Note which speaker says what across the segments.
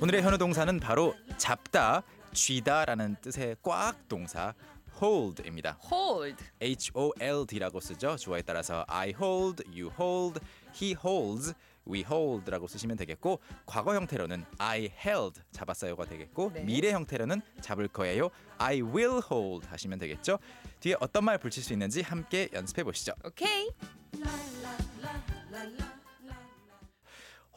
Speaker 1: 오늘의 현우 동사는 바로 잡다, 쥐다라는 뜻의 꽉 동사 hold입니다.
Speaker 2: hold.
Speaker 1: H O L D라고 쓰죠. 주어에 따라서 I hold, you hold, he holds, we hold라고 쓰시면 되겠고 과거 형태로는 I held 잡았어요가 되겠고
Speaker 2: 네.
Speaker 1: 미래 형태로는 잡을 거예요. I will hold 하시면 되겠죠. 뒤에 어떤 말 붙일 수 있는지 함께 연습해 보시죠.
Speaker 2: 오케이.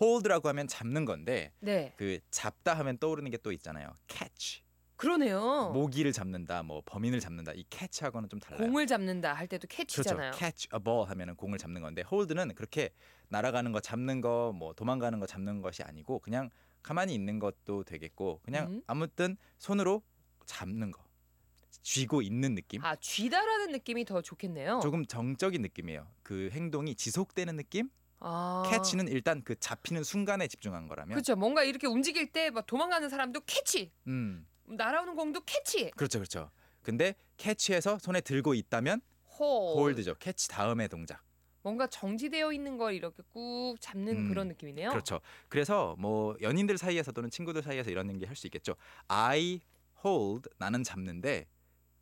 Speaker 1: hold라고 하면 잡는 건데
Speaker 2: 네.
Speaker 1: 그 잡다 하면 떠오르는 게 또 있잖아요. catch.
Speaker 2: 그러네요.
Speaker 1: 모기를 잡는다, 뭐 범인을 잡는다. 이 catch하고는 좀 달라요.
Speaker 2: 공을 잡는다 할 때도 캐치잖아요.
Speaker 1: 그렇죠. catch a ball 하면은 공을 잡는 건데 hold는 그렇게 날아가는 거 잡는 거 뭐 도망가는 거 잡는 것이 아니고 그냥 가만히 있는 것도 되겠고 그냥
Speaker 2: 음.
Speaker 1: 아무튼 손으로 잡는 거 쥐고 있는 느낌
Speaker 2: 아 어. 쥐다라는 느낌이 더 좋겠네요.
Speaker 1: 조금 정적인 느낌이에요 그 행동이 지속되는 느낌
Speaker 2: 아.
Speaker 1: 캐치는 일단 그 잡히는 순간에 집중한 거라면
Speaker 2: 그렇죠. 뭔가 이렇게 움직일 때 막 도망가는 사람도 캐치,
Speaker 1: 음
Speaker 2: 날아오는 공도 캐치.
Speaker 1: 그렇죠 그렇죠 근데 캐치해서 손에 들고 있다면
Speaker 2: 홀.
Speaker 1: 홀드죠 캐치 다음의 동작
Speaker 2: 뭔가 정지되어 있는 걸 이렇게 꾹 잡는
Speaker 1: 음,
Speaker 2: 그런 느낌이네요.
Speaker 1: 그렇죠. 그래서 뭐 연인들 사이에서 또는 친구들 사이에서 이런 얘기 할 수 있겠죠. I hold 나는 잡는데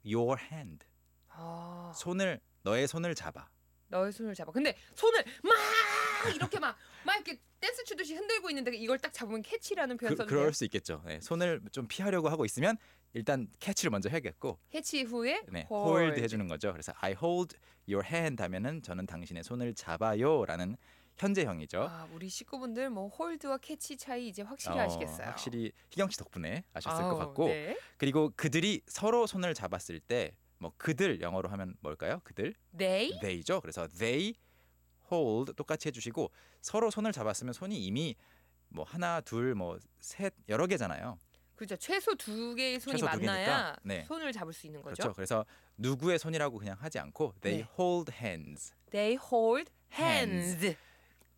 Speaker 1: your hand
Speaker 2: 아,
Speaker 1: 손을 너의 손을 잡아.
Speaker 2: 너의 손을 잡아. 근데 손을 막 이렇게 막 막 이렇게 댄스 추듯이 흔들고 있는데 이걸 딱 잡으면 캐치라는 표현
Speaker 1: 그,
Speaker 2: 썼는데
Speaker 1: 그럴 수 있겠죠. 네, 손을 좀 피하려고 하고 있으면 일단 캐치를 먼저 해야겠고
Speaker 2: 캐치 후에
Speaker 1: 네,
Speaker 2: 홀.
Speaker 1: hold 해주는 거죠. 그래서 I hold your hand 하면은 저는 당신의 손을 잡아요라는 현재형이죠.
Speaker 2: 아, 우리 식구분들 뭐 홀드와 캐치 차이 이제 확실히
Speaker 1: 어,
Speaker 2: 아시겠어요.
Speaker 1: 확실히 희경 씨 덕분에 아셨을
Speaker 2: 아우,
Speaker 1: 것 같고
Speaker 2: 네.
Speaker 1: 그리고 그들이 서로 손을 잡았을 때 뭐 그들 영어로 하면 뭘까요? 그들
Speaker 2: They
Speaker 1: they죠. 그래서 they hold 똑같이 해주시고 서로 손을 잡았으면 손이 이미 뭐 하나 둘 뭐 셋 여러 개잖아요.
Speaker 2: 그렇죠. 최소 두 개의 손이
Speaker 1: 최소 두
Speaker 2: 만나야
Speaker 1: 개니까. 네.
Speaker 2: 손을 잡을 수 있는
Speaker 1: 그렇죠.
Speaker 2: 거죠.
Speaker 1: 그래서 누구의 손이라고 그냥 하지 않고 they
Speaker 2: 네.
Speaker 1: hold hands.
Speaker 2: They hold hands.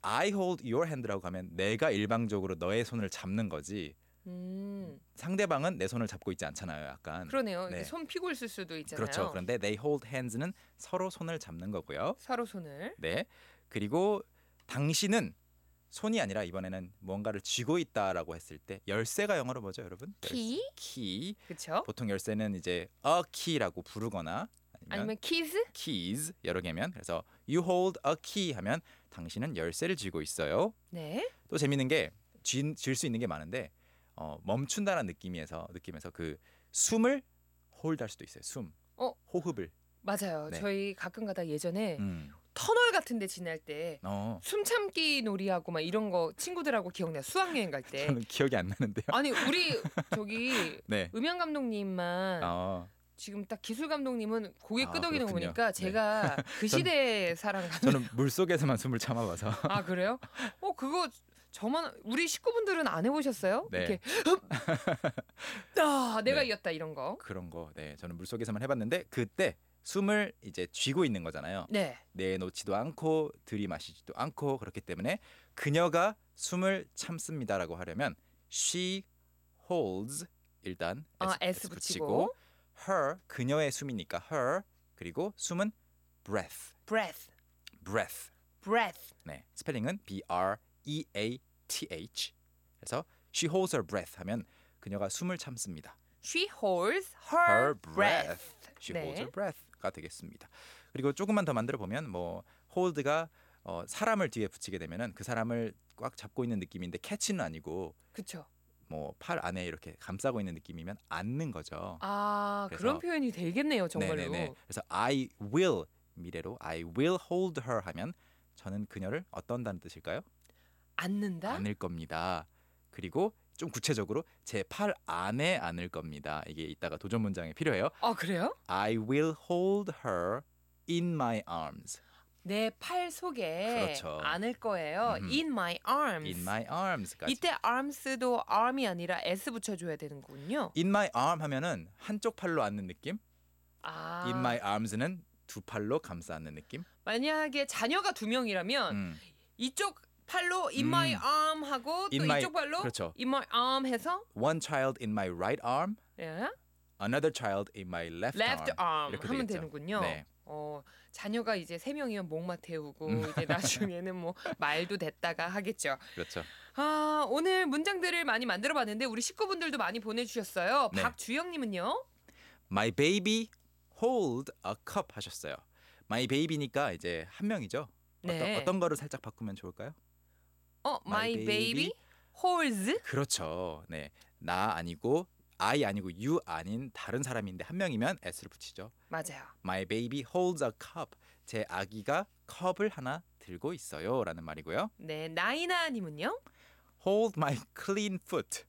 Speaker 1: I hold your hand라고 하면 내가 일방적으로 너의 손을 잡는 거지
Speaker 2: 음,
Speaker 1: 상대방은 내 손을 잡고 있지 않잖아요. 약간
Speaker 2: 그러네요.
Speaker 1: 네.
Speaker 2: 이게 손 피고 있을 수도 있잖아요.
Speaker 1: 그렇죠. 그런데 they hold hands는 서로 손을 잡는 거고요.
Speaker 2: 서로 손을
Speaker 1: 네. 그리고 당신은 손이 아니라 이번에는 뭔가를 쥐고 있다라고 했을 때 열쇠가 영어로 뭐죠, 여러분?
Speaker 2: 키,
Speaker 1: 키.
Speaker 2: 그렇죠.
Speaker 1: 네. 보통 열쇠는 이제 a key라고 부르거나 아니면
Speaker 2: 아니면 키스
Speaker 1: keys 여러 개면 그래서 you hold a key 하면 당신은 열쇠를 쥐고 있어요.
Speaker 2: 네.
Speaker 1: 또 재밌는 게 쥘 수 있는 게 많은데 어, 멈춘다라는 느낌에서 느낌에서 그 숨을 hold 할 수도 있어요. 숨.
Speaker 2: 어?
Speaker 1: 호흡을.
Speaker 2: 맞아요.
Speaker 1: 네.
Speaker 2: 저희 가끔가다 예전에
Speaker 1: 음.
Speaker 2: 터널 같은 데 지날 때
Speaker 1: 어.
Speaker 2: 숨참기 놀이하고 막 이런 거 친구들하고 기억나요. 수학여행 갈 때.
Speaker 1: 저는 기억이 안 나는데요.
Speaker 2: 아니, 우리 저기
Speaker 1: 네.
Speaker 2: 음향 감독님만
Speaker 1: 어.
Speaker 2: 지금 딱 기술 감독님은 고개
Speaker 1: 아,
Speaker 2: 끄덕이는 거
Speaker 1: 그렇군요.
Speaker 2: 보니까
Speaker 1: 네.
Speaker 2: 제가 그
Speaker 1: 전-
Speaker 2: 시대의 사람 같아요.
Speaker 1: 저는 물 속에서만 숨을 참아봐서
Speaker 2: 아 그래요? 어 그거 저만 우리 식구분들은 안 해보셨어요?
Speaker 1: 네.
Speaker 2: 이렇게 아 내가
Speaker 1: 네.
Speaker 2: 이겼다 이런 거.
Speaker 1: 그런 거. 네, 저는 물 속에서만 해봤는데 그때 숨을 이제 쥐고 있는 거잖아요.
Speaker 2: 네.
Speaker 1: 내놓지도 않고 들이마시지도 않고 그렇기 때문에 그녀가 숨을 참습니다라고 하려면 she holds 일단
Speaker 2: 아 S 붙이고
Speaker 1: her 그녀의 숨이니까 her 그리고 숨은 breath
Speaker 2: breath,
Speaker 1: breath
Speaker 2: breath.
Speaker 1: 네 스펠링은 b r e a t h 그래서 she holds her breath 하면 그녀가 숨을 참습니다.
Speaker 2: She holds her,
Speaker 1: her breath. She
Speaker 2: 네.
Speaker 1: holds her breath가 되겠습니다. 그리고 조금만 더 만들어 보면 뭐 hold가 어, 사람을 뒤에 붙이게 되면은 그 사람을 꽉 잡고 있는 느낌인데 캐치는 아니고
Speaker 2: 그쵸.
Speaker 1: 뭐 팔 안에 이렇게 감싸고 있는 느낌이면 앉는 거죠.
Speaker 2: 아
Speaker 1: 그래서-
Speaker 2: 그런 표현이 되겠네요 정말로.
Speaker 1: 네네네. 그래서 I will 미래로 I will hold her 하면 저는 그녀를 어떤다는 뜻일까요?
Speaker 2: 앉는다.
Speaker 1: 안을 겁니다. 그리고 좀 구체적으로 제 팔 안에 안을 겁니다. 이게 이따가 도전 문장에 필요해요.
Speaker 2: 아 그래요?
Speaker 1: I will hold her in my arms.
Speaker 2: 내 팔 속에
Speaker 1: 그렇죠.
Speaker 2: 안을 거예요.
Speaker 1: 음.
Speaker 2: In my arms.
Speaker 1: In my arms까지.
Speaker 2: 이때 arms도 arm이 아니라 s 붙여줘야 되는군요.
Speaker 1: in my arm 하면은 한쪽 팔로 안는 느낌.
Speaker 2: 아.
Speaker 1: In my arms는 두 팔로 감싸 안는 느낌.
Speaker 2: 만약에 자녀가 두 명이라면
Speaker 1: 음.
Speaker 2: 이쪽 팔로 in my
Speaker 1: 음.
Speaker 2: arm 하고 또
Speaker 1: In my-
Speaker 2: 이쪽 발로
Speaker 1: 그렇죠.
Speaker 2: in my arm 해서
Speaker 1: One child in my right arm,
Speaker 2: 예?
Speaker 1: another child in my left,
Speaker 2: left arm
Speaker 1: 이렇게
Speaker 2: 하면
Speaker 1: 되겠죠.
Speaker 2: 되는군요.
Speaker 1: 네.
Speaker 2: 어, 자녀가 이제 세 명이면 목마 태우고
Speaker 1: 음.
Speaker 2: 이제 나중에는 뭐 말도 됐다가 하겠죠.
Speaker 1: 그렇죠.
Speaker 2: 아, 오늘 문장들을 많이 만들어 봤는데 우리 식구분들도 많이 보내 주셨어요.
Speaker 1: 네.
Speaker 2: 박주영 님은요?
Speaker 1: My baby hold a cup 하셨어요. My baby니까 이제 한 명이죠.
Speaker 2: 네.
Speaker 1: 어떤, 어떤 거를 살짝 바꾸면 좋을까요?
Speaker 2: 어, my,
Speaker 1: My
Speaker 2: baby
Speaker 1: baby
Speaker 2: holds
Speaker 1: 그렇죠. 네. 나 아니고 I 아니고 you 아닌 다른 사람인데 한 명이면 s를 붙이죠.
Speaker 2: 맞아요.
Speaker 1: My baby holds a cup. 제 아기가 컵을 하나 들고 있어요라는 말이고요.
Speaker 2: 네, 나이나 님은요?
Speaker 1: Hold my clean foot.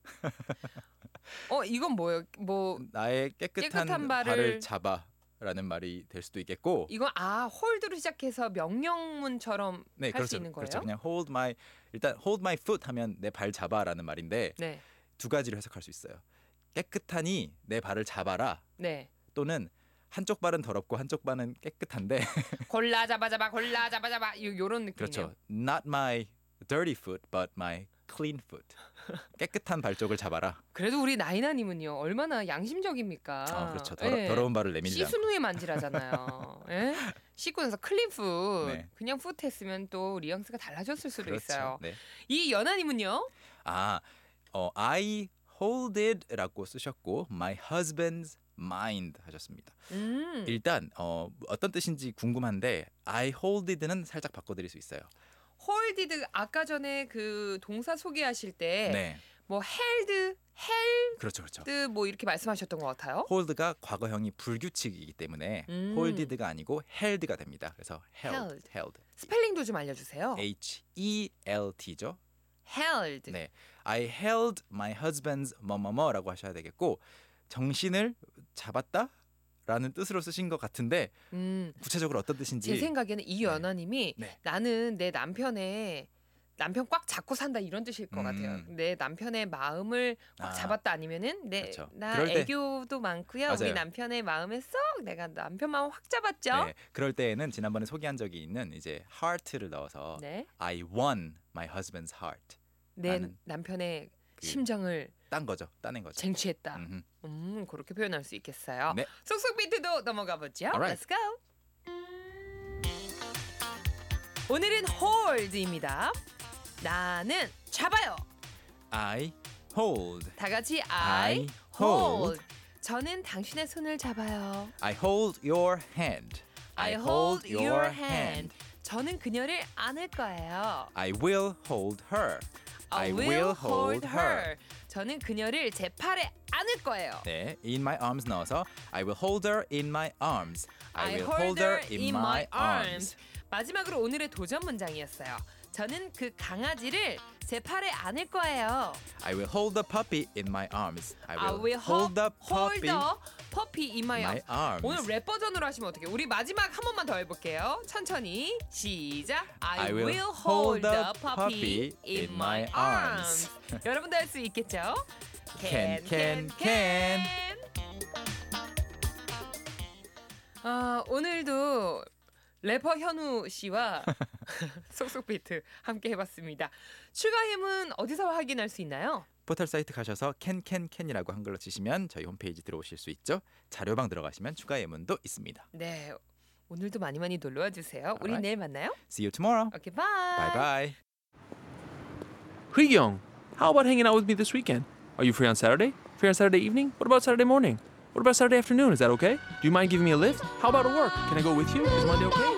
Speaker 2: 어, 이건 뭐예요? 뭐
Speaker 1: 나의 깨끗한,
Speaker 2: 깨끗한 발을-
Speaker 1: 발을... 잡아라는 말이 될 수도 있겠고.
Speaker 2: 이건 아, hold로 시작해서 명령문처럼
Speaker 1: 네,
Speaker 2: 할 수
Speaker 1: 그렇죠.
Speaker 2: 있는 거예요?
Speaker 1: 그렇죠. 그냥 hold my 일단 hold my foot 하면 내 발 잡아라는 말인데
Speaker 2: 네.
Speaker 1: 두 가지로 해석할 수 있어요. 깨끗하니 내 발을 잡아라
Speaker 2: 네.
Speaker 1: 또는 한쪽 발은 더럽고 한쪽 발은 깨끗한데
Speaker 2: 골라 잡아 잡아 골라 잡아 잡아 요- 요런 느낌이에요.
Speaker 1: 그렇죠. Not my dirty foot, but my clean foot. 깨끗한 발쪽을 잡아라.
Speaker 2: 그래도 우리 나이나님은요 얼마나 양심적입니까?
Speaker 1: 아, 그렇죠. 더러,
Speaker 2: 예.
Speaker 1: 더러운 발을 내밀지 않고.
Speaker 2: 씻은 후에 만지라잖아요. 예? 씻고 나서 클린 풋
Speaker 1: 네.
Speaker 2: 그냥 풋 했으면 또 리앙스가 달라졌을 수도
Speaker 1: 그렇죠.
Speaker 2: 있어요.
Speaker 1: 네.
Speaker 2: 이 연하님은요?
Speaker 1: 아, 어, I hold it라고 쓰셨고 my husband's mind 하셨습니다.
Speaker 2: 음,
Speaker 1: 일단 어, 어떤 뜻인지 궁금한데 I hold it는 살짝 바꿔드릴 수 있어요.
Speaker 2: 홀디드 아까 전에 그 동사 소개하실 때
Speaker 1: 네,
Speaker 2: 뭐 헬드 헬드
Speaker 1: 그렇죠, 그렇죠.
Speaker 2: 뭐 이렇게 말씀하셨던 것 같아요.
Speaker 1: hold가 과거형이 불규칙이기 때문에
Speaker 2: 음.
Speaker 1: holded가 아니고 held가 됩니다. 그래서 held,
Speaker 2: held. 어.
Speaker 1: held,
Speaker 2: 스펠링도 좀 알려주세요.
Speaker 1: H E L T죠.
Speaker 2: 헬드
Speaker 1: 네. I held my husband's 뭐뭐뭐라고 하셔야 되겠고 정신을 잡았다라는 뜻으로 쓰신 것 같은데
Speaker 2: 음,
Speaker 1: 구체적으로 어떤 뜻인지
Speaker 2: 제 생각에는 이
Speaker 1: 네.
Speaker 2: 연하님이
Speaker 1: 네.
Speaker 2: 나는 내 남편의 남편 꽉 잡고 산다 이런 뜻일 것
Speaker 1: 음.
Speaker 2: 같아요. 내 남편의 마음을 꽉
Speaker 1: 아,
Speaker 2: 잡았다 아니면은 내 나
Speaker 1: 그렇죠. 그럴 때-
Speaker 2: 애교도 많고요. 우리
Speaker 1: 맞아요.
Speaker 2: 남편의 마음에 쏙 내가 남편 마음 확 잡았죠.
Speaker 1: 네, 그럴 때에는 지난번에 소개한 적이 있는 이제 heart를 넣어서
Speaker 2: 네.
Speaker 1: I won my husband's heart
Speaker 2: 내
Speaker 1: 나는
Speaker 2: 남편의
Speaker 1: 그-
Speaker 2: 심장을
Speaker 1: 딴 거죠, 따낸 거죠.
Speaker 2: 쟁취했다.
Speaker 1: 음흠.
Speaker 2: 음, 그렇게 표현할 수 있겠어요.
Speaker 1: 네.
Speaker 2: 쏙쏙 비트도 넘어가 보죠.
Speaker 1: Alright.
Speaker 2: Let's go. 오늘은 hold입니다. 나는 잡아요.
Speaker 1: I hold,
Speaker 2: 다 같이 I,
Speaker 1: I
Speaker 2: hold.
Speaker 1: hold.
Speaker 2: 저는 당신의 손을 잡아요.
Speaker 1: I hold your hand,
Speaker 2: I hold your hand. 저는 그녀를 안을 거예요.
Speaker 1: I will hold her, I will hold her.
Speaker 2: 저는 그녀를 제 팔에 안을 거예요.
Speaker 1: 네, in my arms 넣어서 I will hold her in my arms. I, will hold her in my arms.
Speaker 2: 마지막으로 오늘의 도전 문장이었어요. 저는 그 강아지를 제 팔에 안을 거예요.
Speaker 1: I will hold the puppy in my arms. I
Speaker 2: I
Speaker 1: will, hold the
Speaker 2: hold
Speaker 1: puppy
Speaker 2: the puppy in my
Speaker 1: in my arms.
Speaker 2: arms. 오늘 랩 버전으로 하시면 어떡해요? 우리 마지막 한 번만 더 해볼게요. 천천히 시작. I,
Speaker 1: I
Speaker 2: will,
Speaker 1: will hold
Speaker 2: hold the
Speaker 1: the
Speaker 2: puppy
Speaker 1: puppy
Speaker 2: in
Speaker 1: in
Speaker 2: my
Speaker 1: my
Speaker 2: arms. 여러분도 할 수 있겠죠?
Speaker 1: Can, can, can.
Speaker 2: 아 오늘도 래퍼 현우 씨와 속속 비트 함께 해봤습니다. 추가 힘은 어디서 확인할 수 있나요?
Speaker 1: 포털 사이트 가셔서 캔캔캔이라고 한글로 치시면 저희 홈페이지 들어오실 수 있죠. 자료방 들어가시면 추가 예문도 있습니다.
Speaker 2: 네. 오늘도 많이 많이 놀러와 주세요. 우리
Speaker 1: Alright.
Speaker 2: 내일 만나요.
Speaker 1: See you tomorrow.
Speaker 2: 오케이 바이.
Speaker 1: Bye bye.
Speaker 3: Young, how about hanging out with me this weekend? Are you free on Saturday? Free on Saturday evening? What about Saturday morning? What about Saturday afternoon? Is that okay? Do you mind giving me a lift? How about at work? Can I go with you? Is Monday okay?